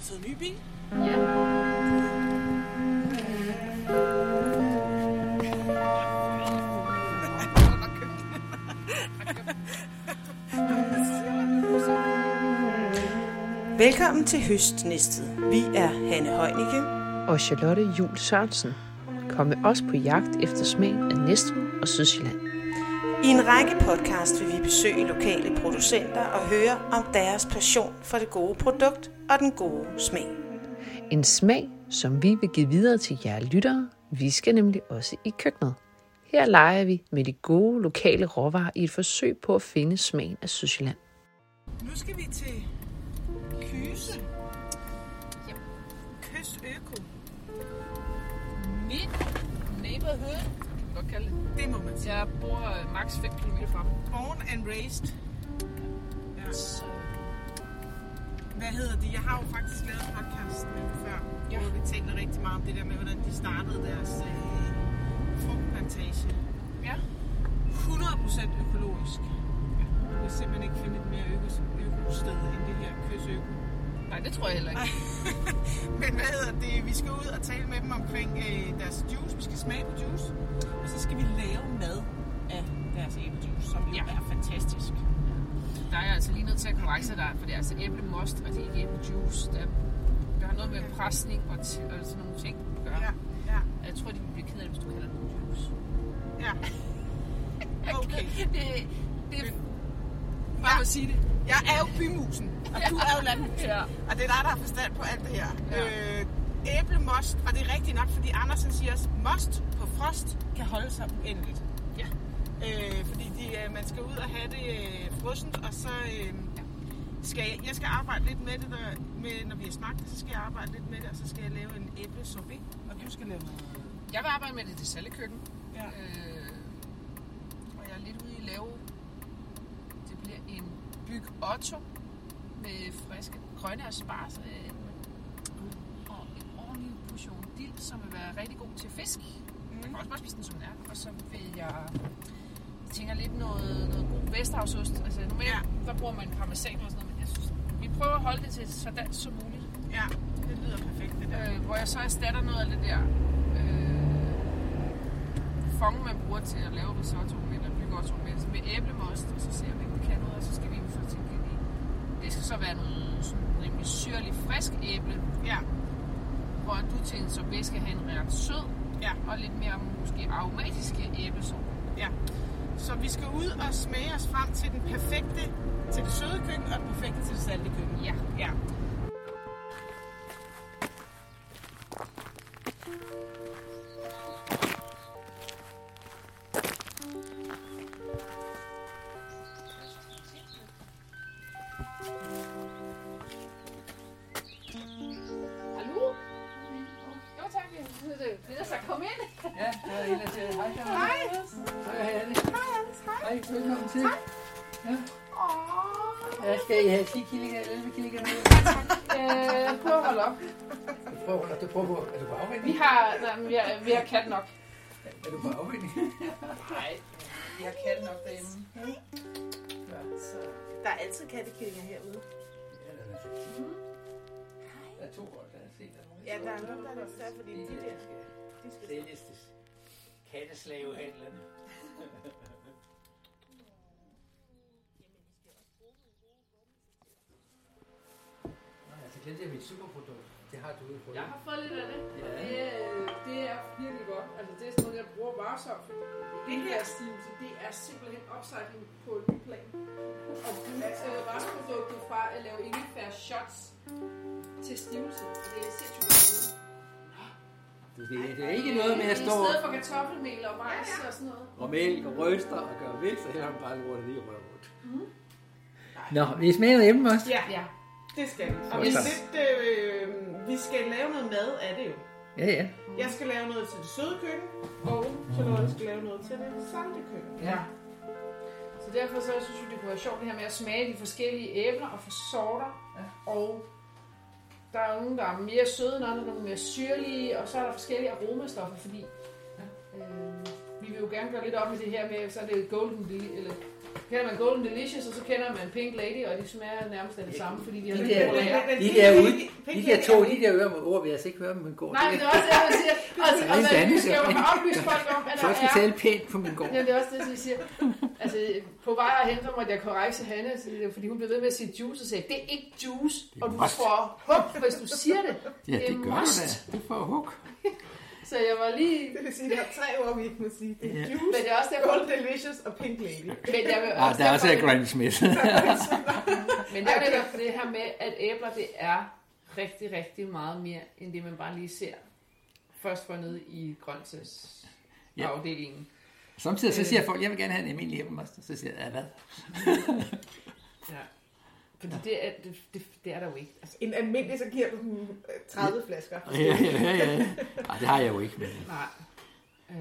fået ny bil? Ja. Velkommen til Høstnæstet. Vi er Hanne Heunicke. og Charlotte Jul Sørensen. Kom med os på jagt efter smagen af Næstved og Sydsjælland. I en række podcast vil vi besøge lokale producenter og høre om deres passion for det gode produkt og den gode smag. En smag, som vi vil give videre til jer lyttere. Vi skal nemlig også i køkkenet. Her leger vi med de gode lokale råvarer i et forsøg på at finde smagen af Sydsjælland. Nu skal vi til Kyse. Ja. Kys Øko. Mit neighborhood, kan man godt kalde det. Det må man sige. Jeg bor øh, maks 5 km fra dem. Born and raised. Ja. Så Hvad hedder de? Jeg har jo faktisk lavet en podcast med dem før. Ja. Ja. Hvor vi taler rigtig meget om det der med, hvordan de startede deres øh, frugtplantage. ja, 100% økologisk. Ja. Jeg kan simpelthen ikke finde et mere øko- økosted end det her Kys Øko. nej, det tror jeg heller ikke. Men hvad hedder det? Vi skal ud og tale med dem omkring øh, deres juice. Vi skal smage på juice. Og så skal vi lave mad af deres æblejuice, som jo Ja. er fantastisk. Der er altså lige nødt til at korrekse dig, for det er altså æblemost, og det er ikke æblejuice. Der, der har noget med presning og, t- og sådan nogle ting at gøre. Ja. ja. Jeg tror, de vil blive ked af det, hvis du kalder det juice. ja. Okay. det, det er Ja. bare for at sige det. Jeg er jo bymusen, og du er jo landmusen. Ja. Og det er dig, der har forstand på alt det her. Ja. Øh, æblemost, og det er rigtigt nok, fordi Andersen siger også, most på frost kan holde sig uendeligt. Ja. Øh, fordi de, øh, man skal ud og have det øh, frossent, og så øh, skal jeg, jeg skal arbejde lidt med det, der, med, når vi har smagt det, så skal jeg arbejde lidt med det, og så skal jeg lave en æblesorbet, og du skal lave noget. Jeg vil arbejde med det i det sallekøkken. Ja. Øh, og jeg er lidt ude i lave. Det bliver en byg Otto med friske grønne asparges øh, og en ordentlig portion dild, som vil være rigtig god til fisk. Mm. Man kan også bare spise den, som den er. Og så vil jeg jeg tænker lidt noget, noget god Vesterhavsost. Altså normalt, Ja. ja. der bruger man parmesan og sådan noget, men jeg synes, vi prøver at holde det til så dansk som muligt. Ja, det lyder perfekt, det der. Øh, hvor jeg så erstatter noget af det der øh, fong, man bruger til at lave risotto med, eller bygge otto med, altså med æblemost, og så ser vi, om det kan noget, og så skal vi jo så tænke ind i. Det skal så være noget sådan rimelig syrlig, frisk æble, Ja, hvor du til en sorbet skal have en ret sød, ja, og lidt mere måske aromatiske æblesorber. ja. Så vi skal ud og smage os frem til den perfekte, til det søde køkken, og den perfekte til det salte køkken. Ja. Ja. Hallo? Jo tak, det er så kom ind. Ja, det var Ella til. Hej, Karin. Hej. Hej, Hanne. Hej, Anders. Hej. Hej, velkommen til. Åh. Ja, skal I have 10 killinger, 11 killinger med? Øh, prøv at holde op. Du prøver, du prøver på, er du på Vi afvinding? har, nej, men vi har, vi har kat nok. Er du på afvinding? Nej, vi har katte nok derhjemme. Ja. Der er altid kattekillinger herude. Ja, der er der er to år, der er set. Ja, der er nogen, der er større, fordi de der, de skal Sælges til katteslavehandlerne. Nej, altså, det er mit superprodukt. Det har du jo fået. Jeg har fået lidt af det. Ja. og Det, øh, det er virkelig godt. Altså, det er sådan noget, jeg bruger varsomt. Det her stivelse, det er simpelthen opsejling på et nyt plan. Og du øh, restproduktet fra at lave ingefær shots til stivelse. Og det er sindssygt godt. Det, det, det er ikke noget med at stå I stedet for kartoffelmel og majs og sådan noget. og mælk og ryster og gøre vildt, så hælder man bare lortet lige og rører rundt. Nå, vi smager hjemme også. Ja, Ja. det skal vi. Og Godt vi, så. lidt, øh, vi skal lave noget mad af det jo. Ja, ja. Jeg skal lave noget til det søde køkken, og Charlotte skal lave noget til det salte køkken. ja. Så derfor så synes jeg, det kunne være sjovt det her med at smage de forskellige æbler og få sorter. Ja. Og der er nogle, der er mere søde, end andre, nogle mere syrlige, og så er der forskellige aromastoffer, fordi ja. øh, vi vil jo gerne gøre lidt op med det her med, så er det golden, li- eller Kender man Golden Delicious, og så kender man Pink Lady, og de smager nærmest af det samme, fordi de har De lidt der, chokolade. de der, ude, de der to, de der ører med ord, vil jeg altså ikke høre dem, men går. Nej, men det er også det, man siger. Altså, Det er og en man, dannelse. vi skal jo oplyse folk om, at Så der jeg skal er... tale pænt på min gård. Jamen, det er også det, som jeg siger. Altså, på vej herhen, så måtte jeg korrekse Hanne, fordi hun blev ved med at sige juice, og sagde, det er ikke juice, Det er og du must." får hug, hvis du siger det. Ja, det gør du da. must. Du får hug. Så jeg var lige... Det vil sige, at der er tre ord, vi ikke må sige. Det er Ja. juice, Men det er også derfor, Golden Delicious og Pink Lady. men jeg vil Ah, også der er også derfor, af Granny Smith. Men det er jo netop det her med, at æbler, det er rigtig, rigtig meget mere, end det man bare lige ser. Først for nede i Ja. grøntsagsafdelingen. Samtidig så siger folk, jeg vil gerne have en almindelig æblemost. Så siger jeg, ja, hvad? Ja. Fordi det er, det, det, det er der jo ikke. Altså, En almindelig, så giver du dem øh, 30 flasker. Ja, ja, ja, ja. Ej, det har jeg jo ikke. Men... nej. Øh,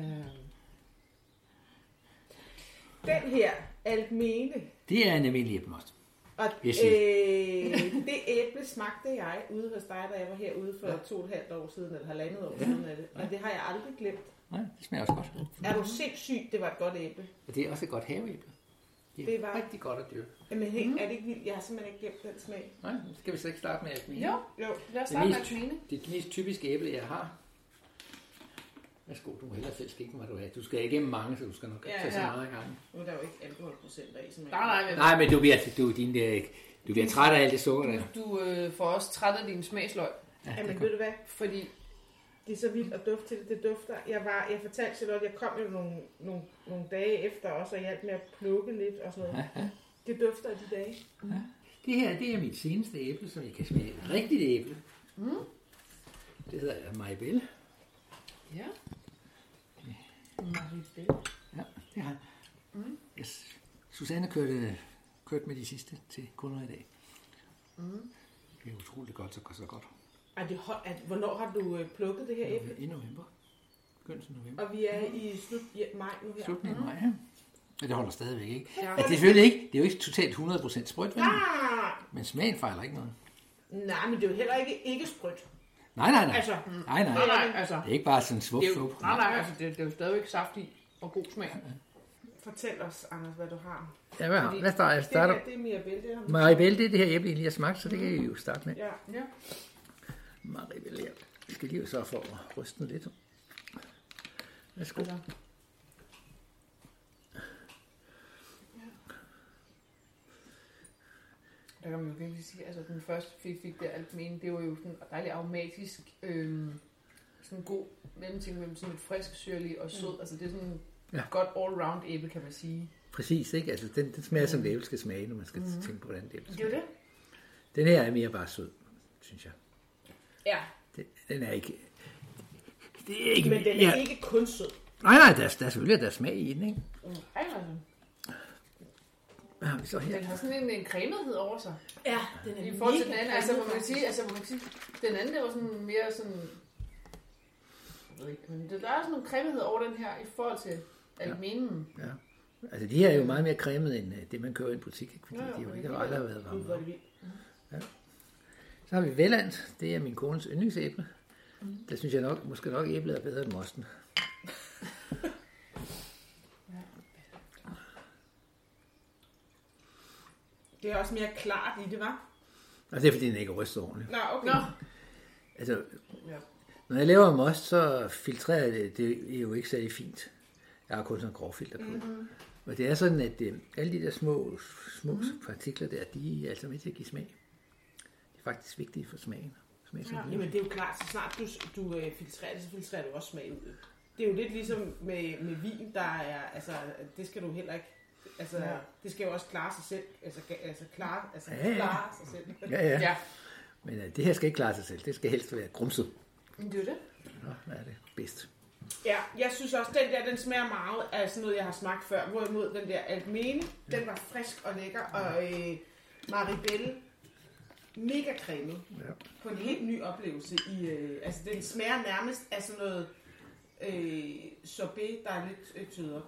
Den her, Almene, Det er en almindelig æblemost. og Jeg øh, siger. det æble smagte jeg ude hos dig, da jeg var herude for to og et halvt år siden, eller halvandet år siden. er det. Og det har jeg aldrig glemt. Ja, det smager også godt. Er du sindssyg, det var et godt æble. Og det er også et godt haveæble. Det er Det var- rigtig godt at dyrke. Men helt, er det ikke vildt? Jeg har simpelthen ikke glemt den smag. Nej, nu skal vi så ikke starte med at smile. jo, Jo, lad os Det er starte med mest- Trine. Det er det mest typiske æble, jeg har. Værsgo, du må hellere selv skikke mig, du har. Du skal igennem mange, så du skal nok Ja, tage så ja. meget gange. nu er der jo ikke alkoholprocenter i, som jeg Nej, nej, men Nej, men du bliver, du, din, øh, du bliver træt af alt det sukker, der. du øh, får også træt af din smagsløg, Ja, det Jamen, er ved godt. du hvad? fordi Det er så vildt at dufte til det. Det dufter. Jeg, var, jeg fortalte Charlotte, jeg kom jo nogle, nogle, nogle dage efter også, og hjalp med at plukke lidt og sådan noget. Det dufter af de dage. det her, det er mit seneste æble, som jeg kan smage. Et Rigtigt æble. Mm. Det hedder Maribel. ja. Ja, det har jeg. Yes. Susanne kørte, kørte med de sidste til kunder i dag. Mm. Det er utroligt godt, så så godt. Ej, det hold, at, hvornår har du øh, plukket det her æble? I november. Begyndelsen af november. Og vi er i slut ja, maj nu her. Slutningen af maj, ja. Ja, det holder stadigvæk ikke. Ja. Ja. det, er selvfølgelig ikke, det er jo ikke totalt 100% sprødt, vel? Ah, men smagen fejler ikke noget. nej, men det er jo heller ikke, ikke sprødt. Nej, nej, nej. Altså, nej, mm. nej. Nej, nej, altså. Det er ikke bare sådan svup, Det er jo, svup. nej, nej, altså, det, det er jo stadigvæk saftig og god smag. Fortæl os, Anders, hvad du har. Ja, hvad, Fordi hvad starter jeg? Det her, Starter det er Mirabelle, det her. Maribel, det er det her æble, jeg lige har smagt, så det kan I jo starte med. Ja. Ja. Maribel, ja. Jeg skal lige så for at ryste den lidt. Værsgo. Altså, der kan man jo virkelig sige, altså den første fik, fik der alt mene, det var jo sådan dejlig aromatisk, øhm, sådan en god mellemting mellem sådan lidt frisk syrlig og sød, altså det er sådan Ja. ja. godt all-round æble, kan man sige. Præcis, ikke? Altså, den, den smager, som det æble skal smage, når man skal mm. tænke på, hvordan det æble smager. det. Den her er mere bare sød, synes jeg. Ja, Den, den er ikke... Det er ikke... Men den er ja. ikke kun sød. Nej, nej, der er, der er selvfølgelig der er smag i den, ikke? Ej, altså. Hvad har vi så her? den har sådan en, en cremethed over sig. Ja, den er I forhold til den anden, altså hvor man kan sige, altså hvor man kan sige, den anden der var sådan mere sådan, jeg ved ikke, men det- der er sådan en cremethed over den her i forhold til almenen. Ja. Altså, de her er jo meget mere cremede end øh, det, man kører i en butik, ikke? Fordi Nå, ja, ja, de jo men ikke det har er- aldrig været varme. Gud, hvor er det vildt. Så har vi Velland. Det er min kones yndlingsæble. Mm. Der synes jeg nok, måske nok æblet er bedre end mosten. Det er også mere klart i det, var. Og det er, fordi den ikke er rystet ordentligt. Nå, okay. Nå, Altså, Ja. når jeg laver most, så filtrerer jeg det, det er jo ikke særlig fint. Jeg har kun sådan en grovfilter på. Mm-hmm. Og det er sådan, at øh, alle de der små, små mm-hmm. partikler der, de er altså med til at give smag. Det er faktisk vigtigt for smagen. Smagen ja, Jamen det er jo klart, så snart du, du øh, filtrerer det, så filtrerer du også smag ud. Det er jo lidt ligesom med, med vin, der er, altså, det skal du heller ikke, altså, ja. det skal jo også klare sig selv, altså, ga- altså klare, altså, Ja, ja. klare sig selv. ja, ja. ja, Men øh, det her skal ikke klare sig selv. Det skal helst være grumset. men det er jo det. Nå, hvad er det bedst? Ja, jeg synes også, den der, den smager meget af sådan noget, jeg har smagt før, hvorimod den der Almene, den var frisk og lækker, og øh, Maribel, mega cremet. Ja. på en helt ny oplevelse. I, øh, altså, den smager nærmest af sådan noget øh, sorbet, der er lidt øh, tyder.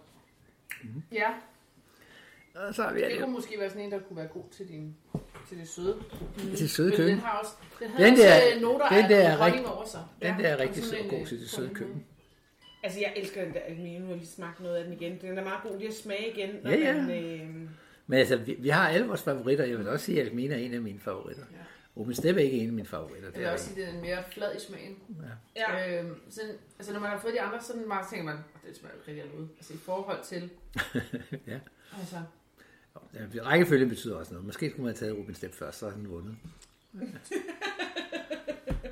Ja, Og så har vi det alle kunne måske være sådan en, der kunne være god til din til det søde. til søde Men den køkken. har også, den har Den den der, der- også øh, noter den af der er honning rigt- over sig. Den der er og rigtig sådan sød en, og god øh, til det på søde en køkken. Altså, jeg elsker den der almene. Nu har jeg lige smagt noget af den igen. Den er meget god lige at smage igen. Når Ja, ja. Man, øh, Men altså, vi, vi har alle vores favoritter. Jeg vil også sige, at Almina er en af mine favoritter. Ja. Open Step er ikke en af mine favoritter. Jeg Det vil er også også... sige, at den er mere flad i smagen. ja. Øhm, sådan, altså når man har fået de andre, så er den meget, så tænker man, "Åh, det smager jo ikke rigtig af noget. Altså i forhold til, ja. altså, Ja, Rækkefølgen betyder også noget. Måske skulle man have taget Ruben Step først, så havde den vundet.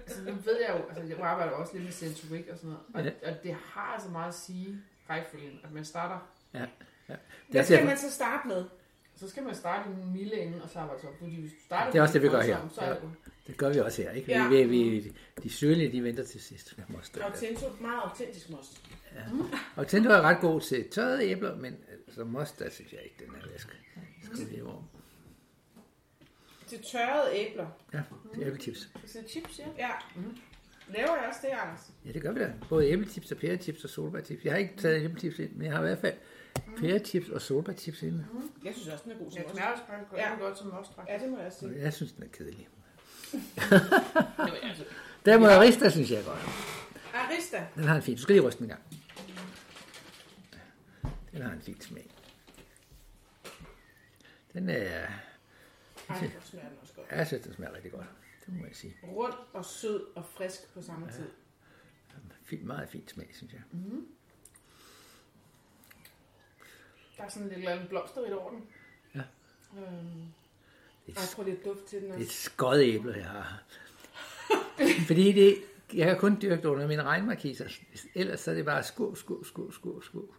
altså nu ved jeg jo, altså jeg arbejder jo også lidt med sensorik og sådan noget, og, ja. og det har altså meget at sige, rækkefølgen, at man starter, Ja. ja. Det, er Hvad også skal derfor, man så starte med? så skal man starte i den milde ende, og så arbejde sig op, fordi hvis du starter... Det er også med det, vi gør den her. voldsomme, Så er det jo, det gør vi også her. Ikke? Ja. Vi, vi, vi, de syrlige, de venter til sidst. Jeg må stå der. Autentisk, meget autentisk most. Og Tinto er ret god til tørrede æbler, men øh, så must, der synes jeg ikke, den er vask. Skal vi om. Til tørrede æbler. Ja, det er æbletips. Til chips, ja. Mhm. Ja. Laver jeg også det, Anders? Ja, det gør vi da. Både æbletips og pæretips og solbærtips. Jeg har ikke taget æbletips ind, men jeg har i hvert fald pæretips og solbærtips ind. Jeg synes også, den er god som jeg most. smager også godt, Ja. ja. godt som mostræk. Ja, det må jeg også sige. Jeg synes, den er kedelig. Der må jeg riste, der synes jeg er godt. Arista. Den har en fin. Du skal lige ryste den en gang. Den har en fin smag. Den er... Ej, hvor smager den også godt. Jeg synes, den smager rigtig godt. Det må jeg sige. Rund og sød og frisk på samme tid. Fint, meget fin smag, synes jeg. Der er sådan lidt eller andet blomsterigt over den. Ja. Øhm, Ej, prøv lige at dufte til den Det er også. et skødt æble, jeg har. Fordi det, jeg kan kun dyrke det under mine regnmarkiser. Ellers så er det bare sko, sko, sko, sko, sko.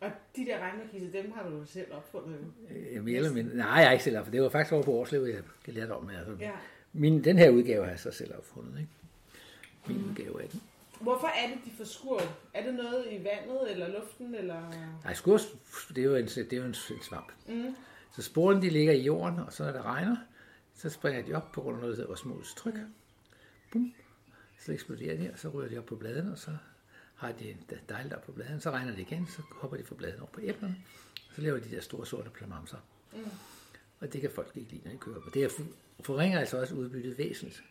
Og de der regnmarkiser, dem har du jo selv opfundet. jo. Øh, mere eller mindre. Nej, jeg er ikke selv op, for det var faktisk over på Årslev, jeg lærte om. Altså. Ja. Min, den her udgave har jeg så selv opfundet. Ikke? Min udgave af den. Hvorfor er det, de forskurrer? Er det noget i vandet eller luften? Eller... Nej, skurs, det er jo en, det er jo en, en svamp. Mm. Så sporene de ligger i jorden, og så når det regner, så springer de op på grund af noget, der hedder osmotisk tryk. Mm. Bum. Så eksploderer de, og så ryger de op på bladene, og så har de en de- dejligt op på bladene. Så regner det igen, så hopper de fra bladene over på æblerne, og så laver de der store sorte plamamser. Mm. Og det kan folk ikke lide, når de køber. dem. Det er fu- forringer altså også udbyttet væsentligt.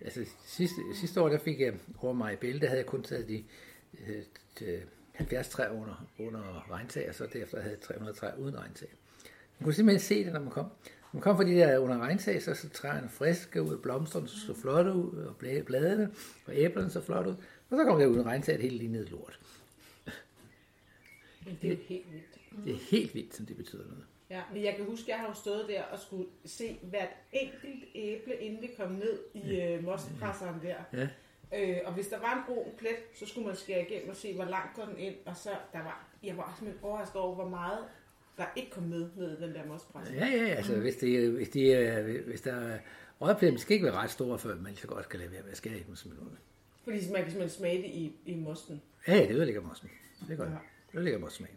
Altså sidste, sidste år, der fik jeg over mig i der havde jeg kun taget de øh, t- 70 træer under, under regntag, og så derefter havde jeg 300 træer uden regntag. Man kunne simpelthen se det, når man kom. Når man kom fra de der under regntag, så så træerne friske ud, blomsterne så flotte ud, og bla- bladene og æblerne så flotte ud. Og så kom jeg uden regntag, og det hele lignede lort. Men det er jo helt vildt. Det er helt vildt, som det betyder noget. Ja, men jeg kan huske, jeg har jo stået der og skulle se hvert enkelt æble, inden det kom ned i øh, mostpresseren der. Ja. Øh, og hvis der var en brun plet, så skulle man skære igennem og se, hvor langt går den ind. Og så der var, jeg var simpelthen overrasket over, hvor meget der ikke kom med ned i den der mostpresser. Ja, ja, altså hvis, det, hvis, de, øh, hvis der er rødplæmmen skal ikke være ret store, før man lige så godt kan lade være med at skære i dem som noget. Fordi man kan simpelthen smage det i, i mosten. Ja, det ødelægger mossen. Det er godt. Ja. Det ødelægger mossmagen.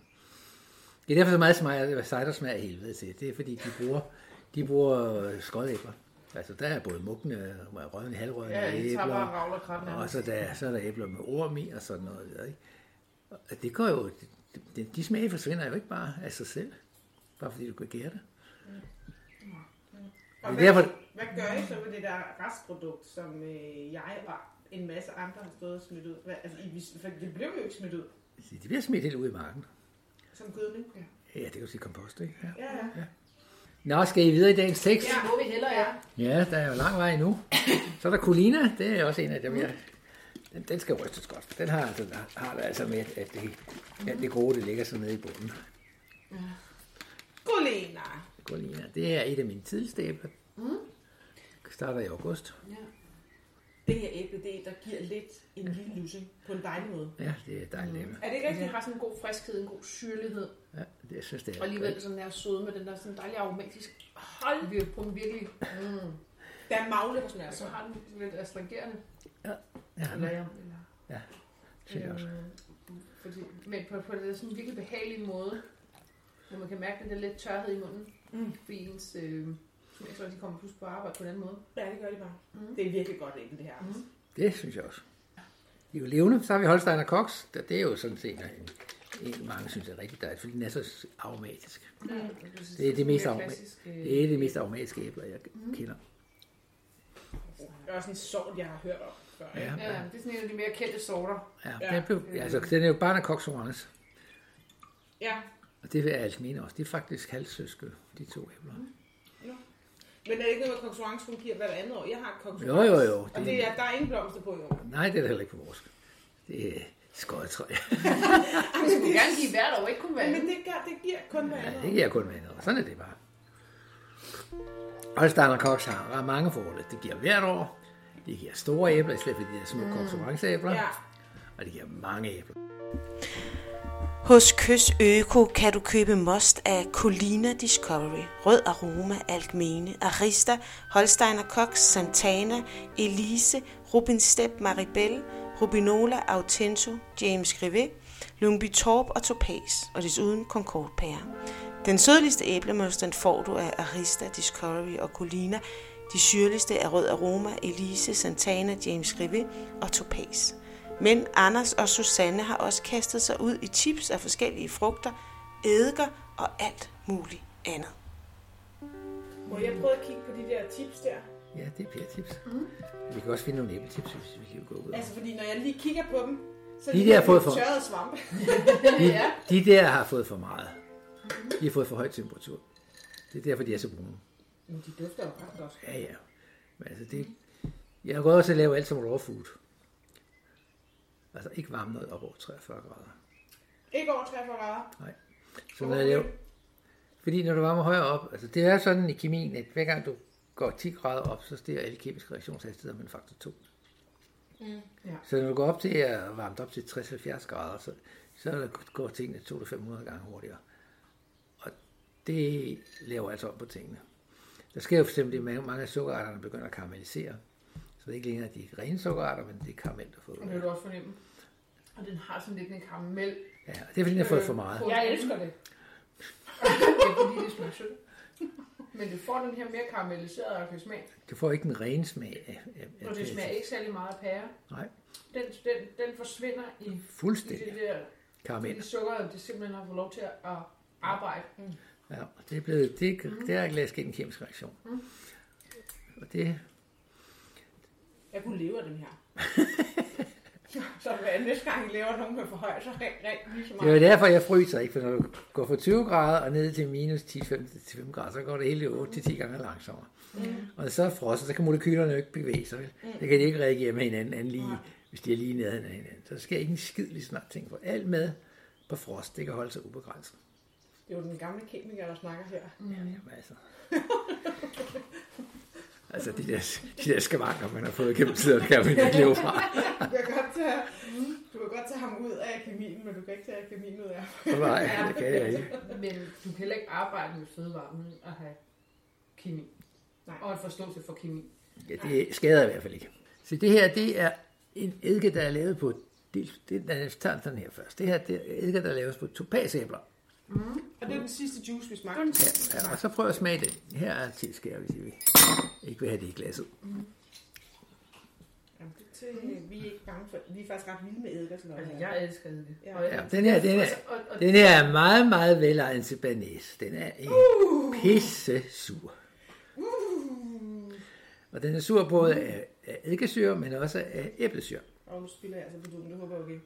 Det er derfor så meget smag, cider smager af helvede til. Det er fordi, de bruger, de bruger øh, skodæbler. Altså, der er både mugne, øh, rødne, halvrødne Ja, de tager æbler. bare og ragler krabben af og så, der, så er der æbler med orm i og sådan noget. Der, ikke? Og det går jo... De, de smage forsvinder jo ikke bare af sig selv. Bare fordi du kan gære det. Og Det hvad, er derfor... derfor- hvad gør I så med det der restprodukt, som øh, jeg og en masse andre har stået og smidt ud? Hvad, altså, I, vis- for det blev jo ikke smidt ud Altså, De bliver smidt helt ud i marken. som gødning. Ja, Ja, det kan du sige kompost, ikke? Ja. ja. ja. Nå, skal I videre i dagens tekst? ja, hvor vi hellere er. Ja, der er jo lang vej endnu. Så er der Colina, det er også en af dem, jeg... Den, den skal rystes godt. for Den har, altså, har det altså med, at det, at det gode, det ligger så nede i bunden. God Lena. Colina, det er et af mine tidligste æbler. Mm. Starter i august. Det her æble, det er, der giver lidt en lille lussing på en dejlig måde. Ja, det er Mm. dejligt æble. Er det ikke Ja, det rigtigt? har sådan en god friskhed, en god syrlighed, Ja, det, jeg synes, det er og alligevel sådan der søde med den der sådan dejlige aromatisk. Hold! Vi på den virkelig, mm. Der er magle, der smager så så. har den sådan lidt astringerende. Ja, Eller, eller, øh, synes Mm. jeg også. fordi, men på, på det sådan en virkelig behagelige måde, hvor man kan mærke den der lidt tørhed i munden, mm. fordi ens øh, jeg tror, de kommer pludselig på arbejde på en anden måde. Ja, det gør de bare. Mm. Det er virkelig godt æble, det her. Mm. Det synes jeg også. De er jo levende. Så har vi Holstein og Cox. Der- Det er jo sådan set en, en mange synes er rigtig dejligt, fordi den er så aromatisk. Mm. Altså, Det er det mest, Mere aromat, klassisk, øh, Mm. det er det mest aromatiske æbler, jeg kender. Det er også en sort, jeg har hørt om. før. Ja, ikke? Ja, det er sådan en af de mere kendte sorter. ja. Ja. Den, blev, altså, den er jo barn af koksommernes. ja. Og det er Alkmine også. Det er faktisk halvsøske, de to æbler. Men er det ikke noget, at konkurrence fungerer hvert andet år? Jeg har et konkurrence. Jo, jo, jo. Og Det- det er, der er ingen blomster på i år. Nej, det er da heller ikke på vores. Det er skøjetræ. Det skulle gerne give hvert år, ikke kunne være. Men det, gør, det giver kun hvert Ja, andet det år. giver kun vandet. og Sådan er det bare. Holstein og Cox har ret mange fordele. Det giver hvert år. Det giver store æbler, i stedet for de der små mm. Cox orangeæbler. Ja. Og det giver mange æbler. Hos Kys Øko kan du købe most af Colina Discovery, Rød Aroma, Alkmene, Arista, Holsteiner Cox, Santana, Elise, Rubin Step, Maribel, Rubinola, Autento, James Grivet, Lungby Torp og Topaz, og desuden Concordpære. Den sødligste æblemost den får du af Arista, Discovery og Colina. De syrligste er Rød Aroma, Elise, Santana, James Grivet og Topaz. Men Anders og Susanne har også kastet sig ud i chips af forskellige frugter, eddike og alt muligt andet. Må jeg prøve at kigge på de der tips der? Ja, det er pærtips. Mm. Vi kan også finde nogle æbletips, hvis vi lige vil gå ud. Altså, fordi når jeg lige kigger på dem, så er De de, der har fået for- tørrede svampe. De, de der har fået for meget. De har fået for høj temperatur. Det er derfor, de er så brune. Men de dufter jo ret godt. Ja, ja. Men altså, det, jeg har gået også at lave alt som raw food. Altså ikke varme noget op over 43 grader. Ikke over 43 grader. Nej. Sådan er det jo. Fordi når du varmer højere op, altså det er sådan i kemien, at hver gang du går 10 grader op, så stiger alle kemiske reaktionshastigheder med en faktor 2. Mm, ja. Så når du går op til at varme det op til 60-70 grader, så, så går tingene 200-500 gange hurtigere. Og det laver altså op på tingene. Der sker jo for eksempel, det, at mange- mange af sukkerarterne begynder at karamellisere. Så det er ikke længere de rene sukkerarter, men det er karamel, der får. Det kan du også fornemme. Og den har sådan lidt en karamel. Ja, og det er fordi, den har fået for meget. Jeg elsker det. det er fordi, det smager sødt. Men du får den her mere karamelliserede arkesmag. Du får ikke den rene smag af, af, af Og det smager ikke særlig meget af pære. Nej, Den, den, den forsvinder i, i det fuldstændig. der Karamel. det sukker, det simpelthen har fået lov til at arbejde. Ja, og det er blevet, det, det er glas en kemisk reaktion. Og det, Jeg kunne leve af dem her. så hver næste gang, I laver nogen med forhøj, så rent, rent lige så det er meget. jo derfor, jeg fryser ikke, for når du går fra 20 grader og ned til minus 10-15 grader, så går det hele 8-10 gange langsommere. Og så er frosset, så kan molekylerne jo ikke bevæge sig. vel? Så kan de ikke reagere med hinanden, end lige, hvis de er lige nede af hinanden. Så der sker ikke en skid lige snart ting for alt med på frost. Det kan holde sig ubegrænset. Det er jo den gamle kemiker, der snakker her. Jamen, altså. altså, de der, de der skavanker, man har fået gennem tiden, kan man ikke leve fra. Du kan godt tage, du kan godt tage ham ud af kemien, men du kan ikke tage kemien ud af ham. Nej, det kan jeg ikke. Men du kan heller ikke arbejde med fødevarer uden at have kemi. Nej. Og en forståelse for kemi. Ja, det skader i hvert fald ikke. Så det her, det er en eddike, der er lavet på... Det, det, lad os tage den her først. Det her, det er eddike, der laves på topazæbler. Og det er den sidste juice, vi smagte. Ja, og så prøv at smage den. Her er tilskærer, hvis I vil. ikke vil have det i glasset. Jamen, det er til, vi er ikke bange for. Vi er faktisk ret vilde med eddike. Sådan noget. Altså, her. jeg elsker det. Ja. Og jeg- Altså, Ja, den her, den her, den her er meget, meget velegnet til banæs. Den er en Uh! pisse sur. Og den er sur både af, af eddikesyre, men også af æblesyre. Og nu spiller jeg altså på duen, det håber jeg okay.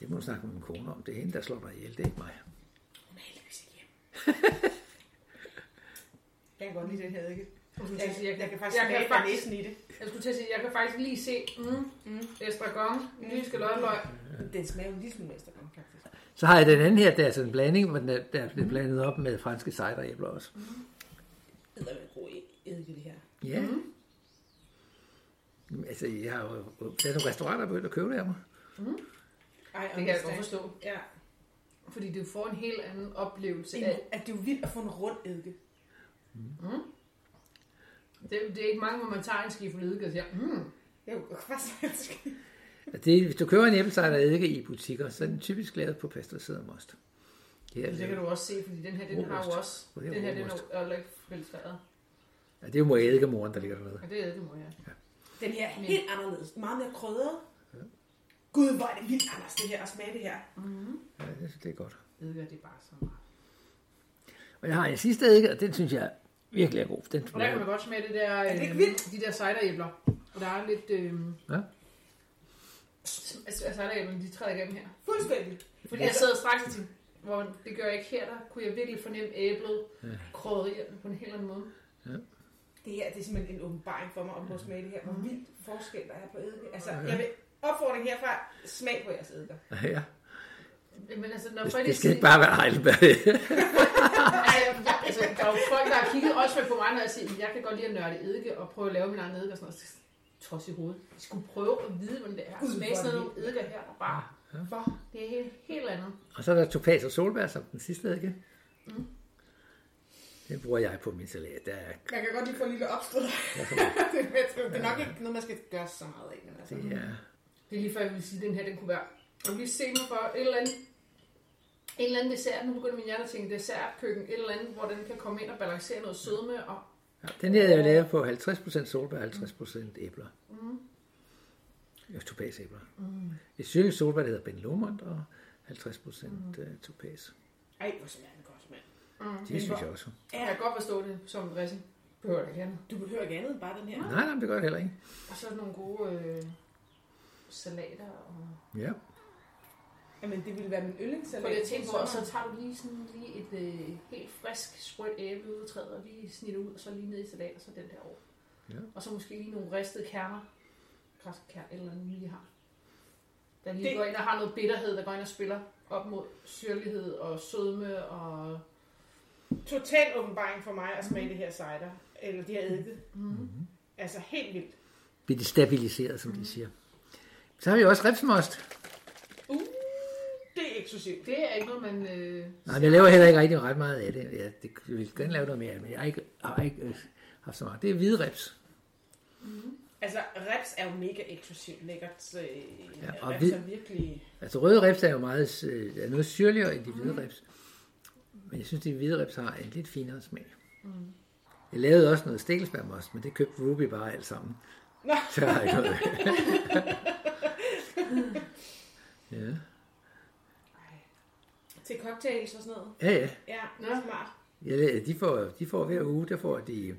Det må du snakke med min kone om. Det er hende, der slår dig ihjel. Det er ikke mig. Hun er heldigvis ikke hjemme. jeg kan godt lide den her eddike. Jeg, jeg, jeg kan faktisk jeg smage kan faktisk- næsen i det. Jeg skulle til at sige, jeg kan faktisk lige se mm, mm, estragon, mm. lille skalotteløg. Den smager jo ligesom en lille smule ekstra godt, faktisk. Så har jeg den anden her, der er sådan en blanding, men der, der er blevet blandet op med franske cideræbler også. Det er en god eddike, det her. Ja. Mhm. Jamen, Altså, jeg har jo, der er nogle restauranter, der er begyndt at købe det af mig. Ej, Det kan jeg godt forstå. Ja. Fordi du får en helt anden oplevelse Det af... er, at det er jo vildt at få en rund eddike. Det, det er ikke mange, hvor man tager en skifte eddike og siger, mm, Jeg kunne godt faktisk Og Det, hvis du køber en æblecider eddike i butikker, så er den typisk lavet på pasteuriseret most. Det, er, det kan lavet- du også se, fordi den her, den har jo Robust. også... Og det er Den her, den er robust. jo heller ikke filtreret. ja, det er jo mor eddikemoren, der ligger dernede. Og det er eddikemor, ja. Den her er helt anderledes. Meget mere krydret. Gud, hvor er det vildt, Anders, det her at smage det her. Ja, det, det er godt. Eddike, det er bare så meget. Og jeg har en sidste eddike, og den synes jeg virkelig er god. Den Og der kan man godt smage det der, er det øh, ikke de der cideræbler. Og der er lidt... Øh, Ja. altså, cideræblerne, de træder igennem her. Fuldstændig. Fordi jeg sad straks og tænkte, hvor det gør jeg ikke her, der kunne jeg virkelig fornemme æblet krøderierne på en helt anden måde. Det her, det er simpelthen en åbenbaring for mig at prøve at smage det her. Hvor vild forskel der er på eddike. Altså, jeg vil opfordring herfra, smag på jeres eddiker. ja. Men altså, når Det, Freddy det skal ikke bare være Heidelberg. Ej, jeg, altså, der er jo folk, der har kigget også på mig, når jeg siger, jeg kan godt lide at nørde eddike og prøve at lave min egen eddike og sådan noget. Toss i hovedet. Jeg skulle prøve at vide, hvordan det er. Gud, Smage sådan hvor er nogle eddike her, og bare, hvor, det er helt, helt andet. og så er der topaz og solbær som den sidste, ikke? Mm. Mhm. Den bruger jeg på min salat. Der er, Man kan godt lige få en lille opstød. det er nok ikke noget, man skal gøre så meget af. Men altså. det er, Det er lige før, jeg ville sige, at den her, den kunne være. Og vi ser mig for et eller andet, en eller anden dessert, nu begynder min hjerne at tænke dessertkøkken, et eller andet, hvor den kan komme ind og balancere noget sødme, og ja, den her er jo lavet på 50% solbær og 50% æbler. Mm. Ja, topazæbler. Mm. Et syrligt solbær, der hedder Ben Lomond, og 50% mm. topaz. Ej, hvor smager den godt, mand. Det synes jeg også. jeg kan godt forstå det som dressing. Behøver det ikke andet. Du behøver ikke andet end bare den her. Nej, nej, men det gør det heller ikke. Og så nogle gode øh, salater. Og... Ja. Jamen, det ville være min yndlingssalat. Fordi jeg tænker på, og så tager du lige sådan lige et øh, helt frisk sprødt æble ud af træet, og lige snitter ud, og så lige ned i salat, og så den der over. Ja. Og så måske lige nogle ristede kerner, græske kerner, et eller andet, vi lige har. Der lige Det- det... går ind og har noget bitterhed, der går ind og spiller op mod syrlighed og sødme og... Total åbenbaring for mig at smage det her cider. Eller det her eddike. Mm-hmm. Altså, helt vildt. Bliver det stabiliseret, som de siger. Så har vi også ripsmost. Uh, det er eksklusivt. Det er ikke noget, man... Øh... Nej, men jeg laver heller ikke rigtig ret meget af det. Jeg det, jeg vil gerne lave noget mere, men jeg har ikke, har ikke øh, haft så meget. Det er hvide rips. Altså, reps er jo mega eksklusivt lækkert. Så, ja, og reps vi- er virkelig... Altså røde rips er jo meget, øh, er noget syrligere end de hvide rips. Men jeg synes, de hvide rips har en lidt finere smag. Jeg lavede også noget stikkelsbærmost, men det købte Ruby bare alt sammen. Nå. Så har jeg ikke noget. ja. Til cocktails og sådan noget. ja, ja. Ja, Nå. smart. Ja, de får, de får hver uge, der får de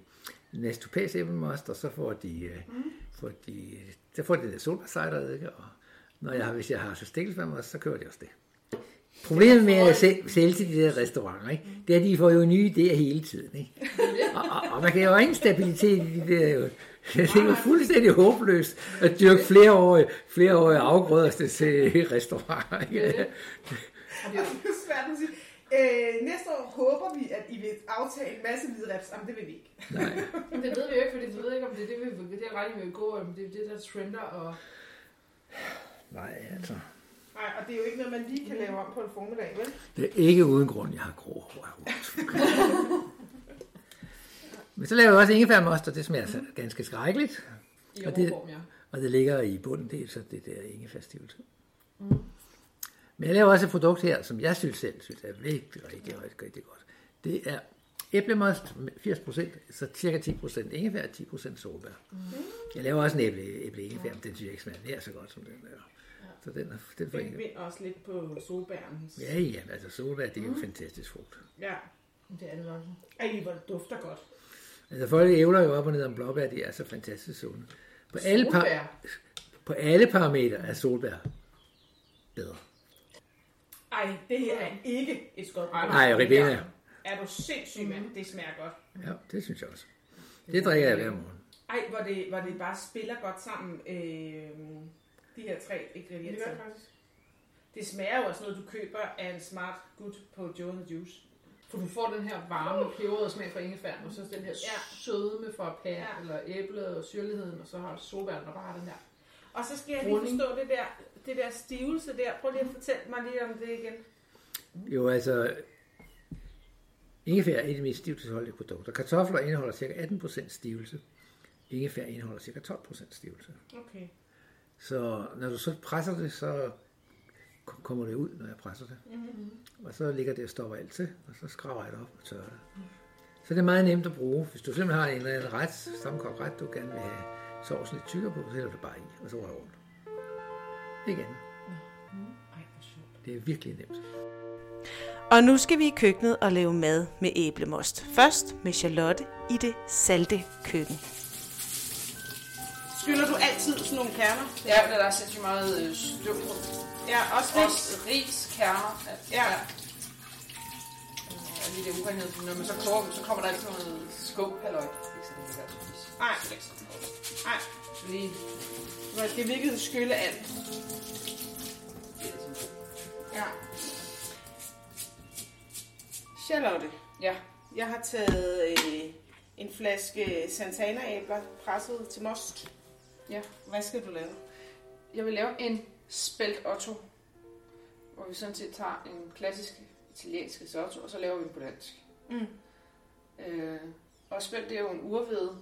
Nastopas æblemost, og så får de, mm. får de, der får de der solbærsejder, ikke? Og når jeg, har- hvis jeg har så stikkelsbærmost, så kører de også det. Problemet med at sæl- sælge til de der restauranter, ikke? det er, at de får jo nye idéer hele tiden. Ikke? Og, og, og, man kan jo ingen stabilitet i de der... jo. Det er jo fuldstændig håbløst at dyrke flere år, flere år afgrøder til, til restauranter. Ikke? Det er svært at sige. Øh, næste år håber vi, at I vil aftale en masse hvide reps. Jamen, det vil vi ikke. Men det ved vi jo ikke, fordi vi ved ikke, om det er det, vi det er retning, vi vil gå, eller om det er det, der trender, og... Nej, altså. Nej, og det er jo ikke noget, man lige kan lave om på en formiddag, vel? Det er ikke uden grund, jeg har grå hår af rot. Men så laver jeg også ingefærmost, og det smager så ganske skrækkeligt. I Og det- overform, ja. Og det ligger i bunden, det er så det der ingefærstivelse. Men jeg laver også et produkt her, som jeg synes selv synes er virkelig, rigtig, rigtig, rigtig godt. Det er æblemost med 80%, så cirka 10% ingefær og 10% solbær. Jeg laver også en æble, æble ingefær, men den synes jeg ikke smager nær så godt, som den der. Så den, er, den får Vi ikke... vinder også lidt på solbærens. Ja, ja, altså solbær, det er jo en fantastisk frugt. Ja. Men Det er det nok. Ej, hvor det dufter godt. Altså folk ævler jo op og ned om blåbær, de er så fantastisk sunde. På alle, par, Solbær. på alle parametre er solbær bedre. Ej, det her er ikke et skot. Nej, ribena. Mm. Er du sindssyg, mand? Det smager godt. Ja, det synes jeg også. Det drikker jeg hver morgen. Ej, hvor det, hvor det bare spiller godt sammen, øh, de her tre ingredienser. Det, det smager jo også noget, du køber af en smart gut på Joe and the Juice. For du får den her varme, peberede smag fra ingefæren, og så den her Uh. Ja. sødme fra pæren, Ja. ja. eller æblet og syrligheden, og så har du solbæren, der bare har den her. Og så skal jeg lige Runding. forstå det der, det der stivelse der. Prøv lige at fortælle mig lige om det igen. Jo, altså... Ingefær er et af de mest stivelsesholdige produkter. Kartofler indeholder ca. 18% stivelse. Ingefær indeholder ca. 12% stivelse. Okay. Så når du så presser det, så k- kommer det ud, når jeg presser det. Mm-hmm. Og så ligger det og stopper alt til, og så skraber jeg det op og tørrer det. Så det er meget nemt at bruge. Hvis du simpelthen har en eller anden ret, sammenkogt ret, du gerne vil have sovsen lidt tykkere på, så hælder du det bare i, og så rører du rundt. Ikke andet. Ej, hvor sjovt. Det er virkelig nemt. Og nu skal vi i køkkenet og lave mad med æblemost. Først med Charlotte i det salte køkken. Skylder du altid sådan nogle kerner? Ja, men der er sindssygt meget øh, støv på. Ja, også Ris, ris. ris kerner. Alt, Ja. Og lige det urenhed, for når man så koger dem, så kommer der altid noget skub, halløj. Ikke så det er godt. Nej, nej. Lige Man skal virkelig skylle alt. Ja. Charlotte, Ja, jeg har taget øh, en flaske santanaæbler presset til most. ja. Hvad skal du lave? Jeg vil lave en spelt otto, hvor vi sådan set tager en klassisk italiensk risotto, og så laver vi den på dansk. Mm. Øh, og spelt, det er jo en urvede,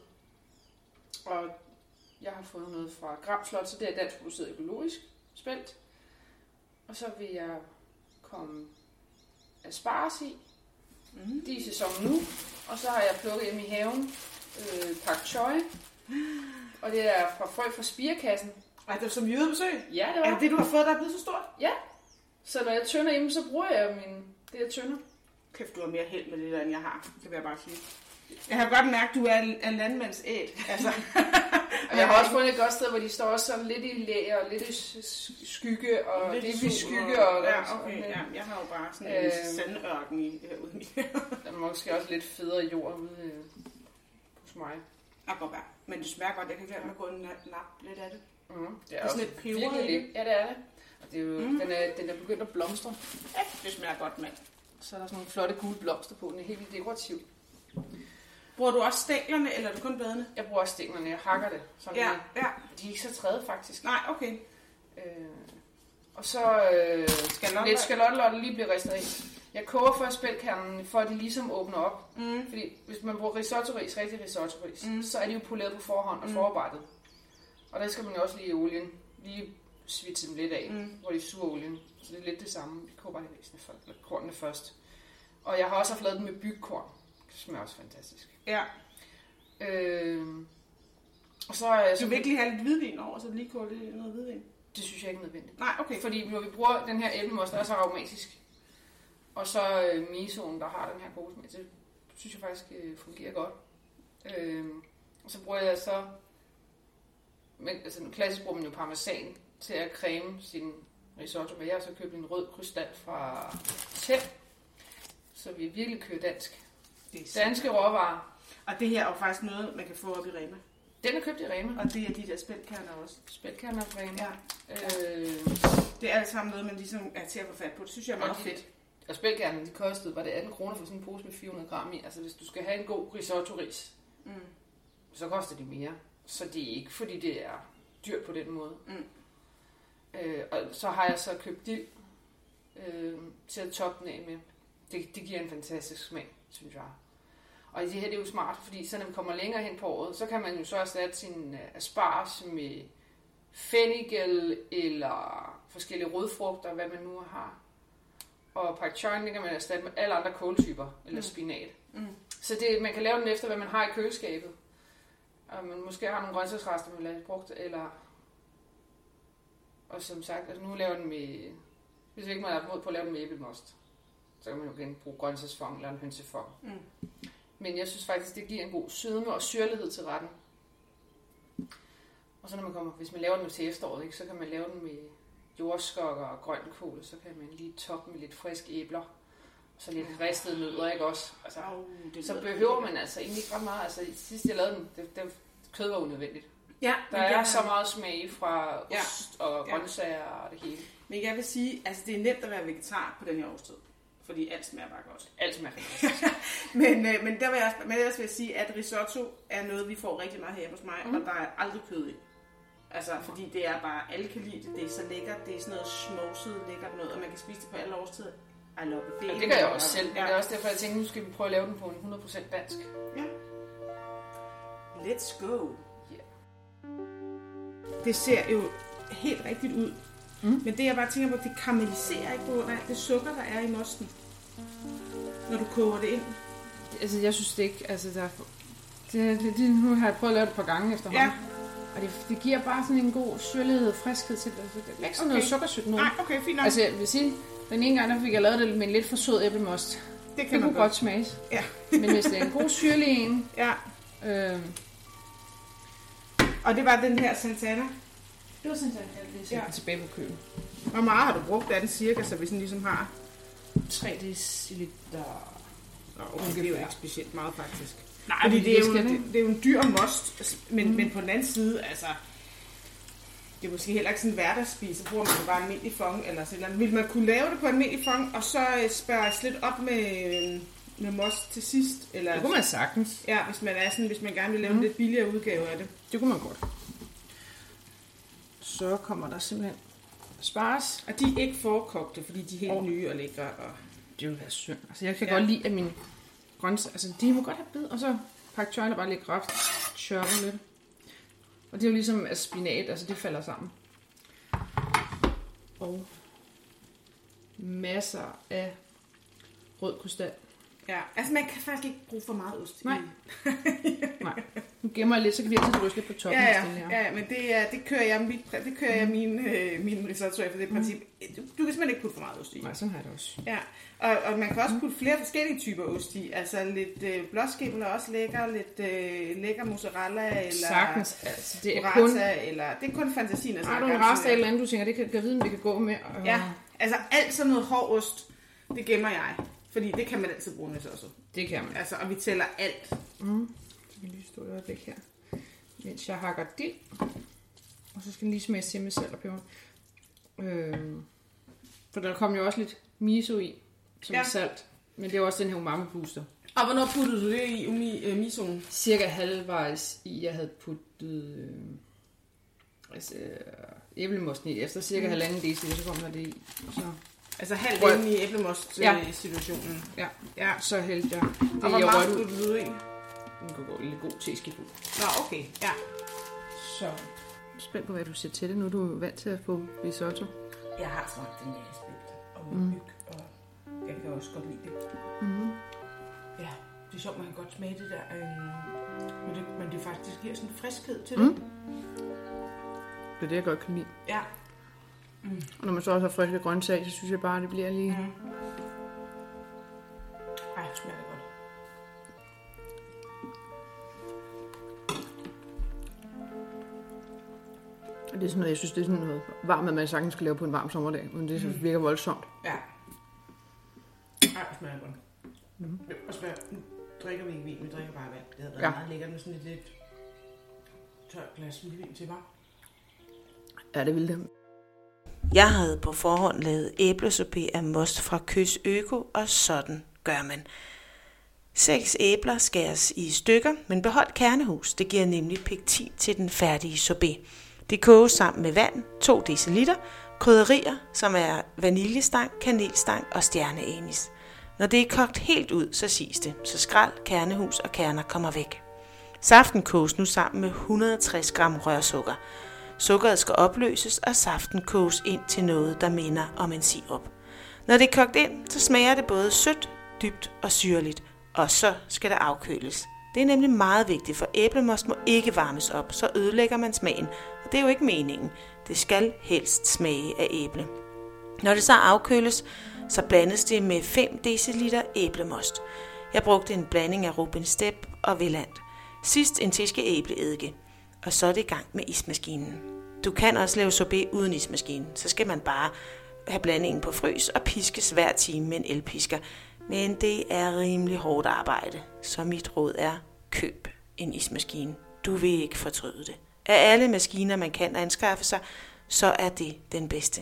og jeg har fået noget fra Gram Slot, så det er dansk produceret økologisk spelt. Og så vil jeg komme asparges i. Mm. De er i sæson nu, og så har jeg plukket hjemme i haven øh, pak choy, og det er fra frø fra spirekassen. Ej, det var som jydebesøg. Ja, det var Er det det, du har fået, der er blevet så stort? Ja. Så når jeg tønder hjemme, så bruger jeg min, det, jeg tønder. Kæft, du har mere held med det der, end jeg har. Det vil jeg bare sige. Jeg har godt mærket, at du er en- en landmands æg. Altså, Og jeg har også fundet et godt sted, hvor de står også sådan lidt i læger, og lidt i s- s- skygge, og lidt, i sol skygge. Og, ja, okay, sådan, ja. Jeg har jo bare sådan en Øhm. sandørken i, herude i min Der er måske også lidt federe jord ude øh, hos mig. Aquabær. Men det smager godt. Jeg kan ikke lade mig gå en nap lidt af det. Mm, det er, sådan også lidt peber virkelig i. lækkert. Ja, det er det. Og det er jo, mm. den, er, den er begyndt at blomstre. Ja, det smager godt, mand. Så er der sådan nogle flotte gule blomster på. Den er helt vildt dekorativ. Bruger du også stænglerne, eller er det kun bladene? Jeg bruger også stænglerne. Jeg hakker det. Sådan Ja, lidt. ja. De er ikke så træde, faktisk. Nej, okay. Øh, og så øh, skal Skalotte. lidt skalottelotte lige blive ristet i. Jeg koger først spækkernen, for at de ligesom åbner op. Mm. Fordi hvis man bruger risotto-ris, rigtig risotto-ris, mm. så er de jo poleret på forhånd og forarbejdet. Og der skal man jo også lige i olien. Lige svitse dem lidt af, mm. hvor de suger olien. Så det er lidt det samme. Vi koger bare lige risene først, eller kornene først. Og jeg har også haft lavet dem med bygkorn. Det smager også fantastisk. Ja. Øh, og så, øh, Du så vil ikke lige have lidt hvidvin over, så du lige koger lidt noget hvidvin? det synes jeg ikke er nødvendigt. Nej, okay. Fordi når vi bruger den her æblemost, der er så aromatisk, og så øh, misoen, der har den her gode smag, det synes jeg faktisk øh, fungerer godt. Øh, og så bruger jeg så, men, altså nu klassisk bruger man jo parmesan til at creme sin risotto med. Jeg har så købt en rød krystal fra Tæm, så vi virkelig kører dansk. Det er sandt. Danske råvarer. Og det her er jo faktisk noget, man kan få op i Rema. Den er købt i Rema. Og det er de der spændkerner også. Spætkerner fra Rema. Ja. Øh, Det er alt sammen noget, man ligesom er til at få fat på. Det synes jeg er Og meget de- fedt. Og spækkernen, de kostede, var det 18 kroner for sådan en pose med 400 gram i. Altså hvis du skal have en god risotto-ris, Mm. så koster de mere. Så det er ikke, fordi det er dyrt på den måde. Mm. Øh, og så har jeg så købt dild øh, til at toppe den af med. Det, det giver en fantastisk smag, synes jeg. Og det her det er jo smart, fordi så når vi kommer længere hen på året, så kan man jo så erstatte sin øh, asparges med fennikel eller forskellige rødfrugter, hvad man nu har. Og pak choi'en, den kan man erstatte med alle andre kåltyper, eller mm. spinat. Mm. Så det, man kan lave den efter, hvad man har i køleskabet. Og man måske har nogle grøntsagsrester, man vil have brugt, eller... Og som sagt, altså nu laver den med... Hvis ikke man har mod på at lave den med æblemost, så kan man jo igen bruge grøntsagsfond eller en hønsefond. Mm. Men jeg synes faktisk, det giver en god sødme og syrlighed til retten. Og så når man kommer, hvis man laver den til efteråret, ikke, så kan man lave den med jordskokker og grønkål, og så kan man lige toppe med lidt friske æbler, og så lidt ristede nødder, ikke også? Altså, Au, det så lyder- behøver man altså egentlig ikke ret meget. Altså sidst jeg lavede den, det, det kød var unødvendigt. Ja, Der men er jeg- så meget smag fra Ja. ost og Ja. grøntsager og det hele. Men jeg vil sige, altså det er nemt at være vegetar på den her årstid. Fordi alt smager bare godt. Alt smager rigtig Men, øh, men, der vil jeg, men ellers vil jeg sige, at risotto er noget, vi får rigtig meget her hos mig, mm. og der er aldrig kød i. Altså, fordi det er bare, alle kan lide det, det er så lækkert, det er sådan noget smoset lækkert noget, og man kan spise det på alle årstider. I love it. godt. er Og det gør jeg også en- selv. Men det er også derfor, jeg tænkte, nu skal vi prøve at lave den på en 100% dansk. Ja. Let's go. Ja. Det ser jo helt rigtigt ud. Mm. Men det jeg bare tænker på, det karamelliserer ikke på grund af alt det sukker, der er i mosten. Når du koger det ind. Altså jeg synes det ikke, altså der det, det, det, nu har jeg prøvet at lave det et par gange Ja, Og det, det giver bare sådan en god sørlighed og friskhed til det. Det er ikke sådan noget sukkersødt nej, okay, fint nok. Altså jeg vil sige, Den ene gang der fik jeg lavet det med en lidt for sød æblemost. Det Det kan man kunne godt. godt smages. Ja. Men hvis det er en god syrlig en, ja. øh, Og det var den her Santana. det var sådan set alt det, Ja. ja. tilbage på køen. Hvor meget har du brugt af den cirka, så vi sådan ligesom har... 3 deciliter. Nå, okay, det er jo ikke specielt meget faktisk. Nej, Fordi det er, jo, skal det. det, det er jo en dyr most, men, mm. men på den anden side, altså... Det er måske heller ikke sådan en hverdagsspis, så bruger man jo bare almindelig fong eller sådan noget. Vil man kunne lave det på almindelig fong, og så øh, spørges lidt op med, øh, med most til sidst? Eller, Det kunne man sagtens. Ja, hvis man, er sådan, hvis man gerne vil lave mm. en lidt billigere udgave af det. Det kunne man godt. Så kommer der simpelthen spares. Og de er ikke forkogte, fordi de er helt Og- nye og lækre. Og... Det ville være synd. Altså, jeg kan Ja. ja. godt lide, at mine grøntsager, altså de må godt have bid, og så pakke tøjler bare lidt groft, choppe lidt. Og det er jo ligesom at spinat, altså det falder sammen. Og masser af rød krystal. Ja, altså man kan faktisk ikke bruge for meget ost. i- Nej. Nej, nu gemmer jeg lidt, så kan vi altid ryste lidt på toppen. Ja, ja, stille her. ja, ja, men det, er, det kører jeg, mit, det kører jeg min, øh, min risotto efter det princip. Du, du kan simpelthen ikke putte for meget ost i. Nej, Mm. sådan har jeg det også. Ja, og, og man kan også putte flere forskellige typer ost i. Altså lidt øh, blåskimmel er også lækker, lidt øh, lækker mozzarella eller Sagtens, altså det er burrata, kun... eller det er kun fantasien. Altså, Har du en rest af et eller andet, du tænker, det kan jeg vide, om det kan gå med? Og... Ja, altså alt sådan noget hård ost, det gemmer jeg. Fordi det kan man altid bruge med også. Det kan man. Altså, og vi tæller alt. Jeg kan lige stå et øjeblik her, mens jeg hakker dild. Og så skal den lige smage simmesalg og peber. Øhm, for der kom jo også lidt miso i, som Ja. ja. er salt. Men det er også den her umami booster. Og hvornår puttede du det i umi, øh, misoen? Cirka halvvejs i, jeg havde puttet øh, altså, øh, æblemosten i. Efter cirka mm. halvanden deciliter, så kom der det i. Så, Altså halvt Rød. inde i æblemost Ja. ja. situationen. ja, Ja. så hældte jeg det, Og hvor jeg meget rørte ud. puttede du i? Den kunne gå en lidt god teske på. Nå, okay. Ja. Så spændt på, hvad du siger til det, nu du er vant til at få risotto. Jeg har smagt den der spil og myg, og jeg kan også godt lide det. Mm-hmm. Mhm. Ja, det er sjovt, man kan godt smage det der, øh, men, det, men det faktisk giver sådan en friskhed til det. Mm. Det er det, jeg godt kan lide. Ja, Og når man så også har friske grøntsager, så synes jeg bare, at det bliver lige... Mm. ej, det smager det godt. Det er sådan noget, jeg synes, det er sådan noget varmt, at man sagtens skal lave på en varm sommerdag, men det mm. virker voldsomt. Ja. Ej, det smager godt. Mm-hmm. Og smager, nu drikker vi ikke vin, vi drikker bare vand. Det havde været ja. Ja. meget lækkert med sådan et lidt tørt glas hvidvin til mig. Ja, det ville det. Jeg havde på forhånd lavet æblesorbet af most fra Køs Øko, og sådan gør man. Seks æbler skæres i stykker, men behold kernehus. Det giver nemlig pektin til den færdige sorbet. Det koges sammen med vand, 2 dl, krydderier, som er vaniljestang, kanelstang og stjerneanis. Når det er kogt helt ud, så siges det, så skrald, kernehus og kerner kommer væk. Saften koges nu sammen med 160 gram rørsukker. Sukkeret skal opløses, og saften koges ind til noget, der minder om en sirup. Når det er kogt ind, så smager det både sødt, dybt og syrligt, og så skal det afkøles. Det er nemlig meget vigtigt, for æblemost må ikke varmes op, så ødelægger man smagen, og det er jo ikke meningen. Det skal helst smage af æble. Når det så afkøles, så blandes det med 5 dl æblemost. Jeg brugte en blanding af Rubenstep og Villand. Sidst en tiske æbleeddike. Og så er det i gang med ismaskinen. Du kan også lave sorbet uden ismaskinen. Så skal man bare have blandingen på frys og piskes hver time med en elpisker. Men det er rimelig hårdt arbejde. Så mit råd er, køb en ismaskine. Du vil ikke fortryde det. Af alle maskiner, man kan anskaffe sig, så er det den bedste.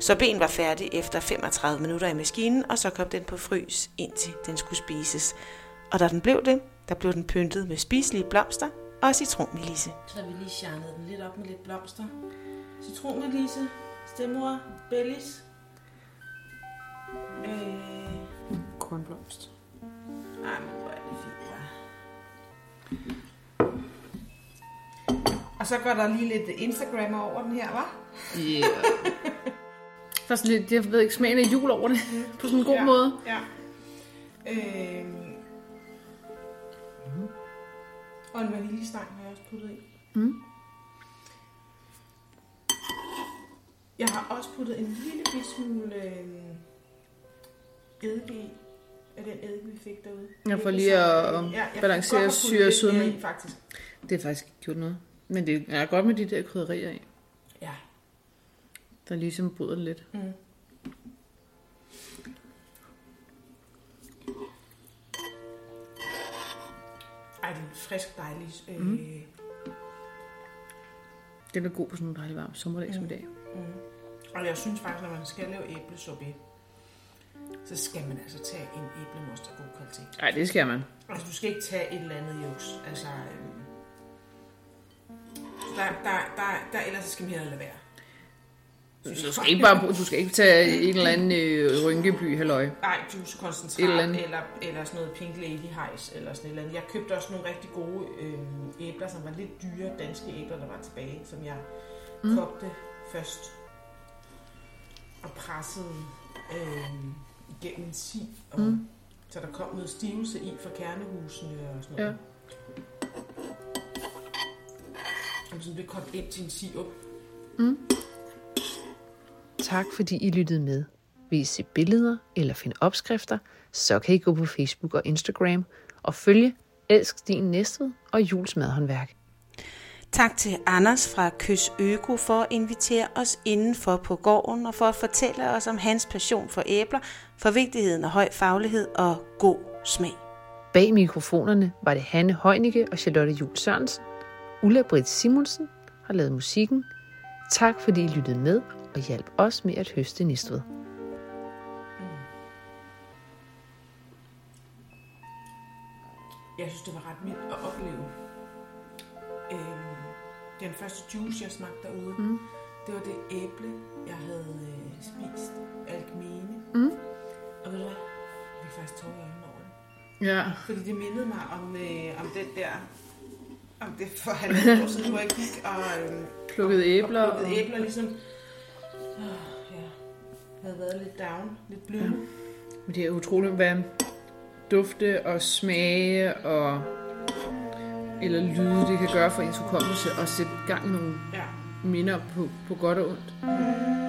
Så ben var færdig efter 35 minutter i maskinen, og så kom den på frys, indtil den skulle spises. Og da den blev det, der blev den pyntet med spiselige blomster og citronmelisse. Så har vi lige shinede den lidt op med lidt blomster. Citronmelisse, stemmer, bellis. Øh, Kornblomst. ej, men hvor er det fint, hva'? Og så går der lige lidt Instagram over den her, var? Yeah. Først lidt, jeg ved ikke, smagen af jul over det, på sådan en god ja. Mm. ja. måde. Ja. Øhm. Og en vaniljestang har jeg også puttet i. Mm. Jeg har også puttet en lille bit smule øh, eddike i, af den eddike, vi fik derude. Ja, for lige at- at jeg balancere kunne godt have syre puttet lidt og sødme mere i. i, faktisk. Det har faktisk ikke gjort noget. Men det er godt med de der krydderier i, Ja. der ligesom bryder det lidt. Mm. Ej, det er en frisk, dejlig øh, mm. Den er god på sådan en dejlig varm sommerdag som i dag. Og jeg synes faktisk, når man skal lave æblesuppe, så skal man altså tage en æblemost af god kvalitet. Ej, det skal man. Altså, du skal ikke tage et eller andet juks. Altså, øhm, der, der, der, der, ellers skal man hellere lade være. Du skal ikke, bare, bruge- du skal ikke tage en eller anden øh, rynkeby, halløj. Nej, juice Et koncentrat, eller eller, andet. eller, eller sådan noget Pink Lady Hejs, eller sådan et eller andet. Jeg købte også nogle rigtig gode øhm, æbler, som var lidt dyre danske æbler, der var tilbage, som jeg mm. kogte først og pressede øhm, igennem en si, og, mm. så der kom noget stivelse i fra kernehusene og sådan noget. Som sådan blev kogt ind til en sirup. Tak fordi I lyttede med. Vil I se billeder eller finde opskrifter, så kan I gå på Facebook og Instagram og følge Elsk din næstved og Jules Madhåndværk. Tak til Anders fra Kys Øko for at invitere os indenfor på gården og for at fortælle os om hans passion for æbler, for vigtigheden af høj faglighed og god smag. Bag mikrofonerne var det Hanne Heunicke og Charlotte Jul Sørensen. Ulla Britt Simonsen har lavet musikken. Tak fordi I lyttede med og hjalp os med at høste næstved. Jeg synes, det var ret vildt at opleve. Øhm, den første juice, jeg smagte derude, mm. det var det æble, jeg havde øh, spist. Alkmene. Mm. Og ved du hvad? Jeg fik faktisk tårer i øjnene over det. Ja. Fordi det mindede mig om, øh, om den der... Om det for halvandet år siden, hvor jeg gik og... Øh, Plukkede æbler. og plukkede æbler ligesom... Øh, ja, havde været lidt down, lidt bløde. Men Det er utroligt, hvad dufte og smage og eller lyde, det kan gøre for ens hukommelse og sætte gang i nogle Ja. minder på, på godt og ondt. Ja.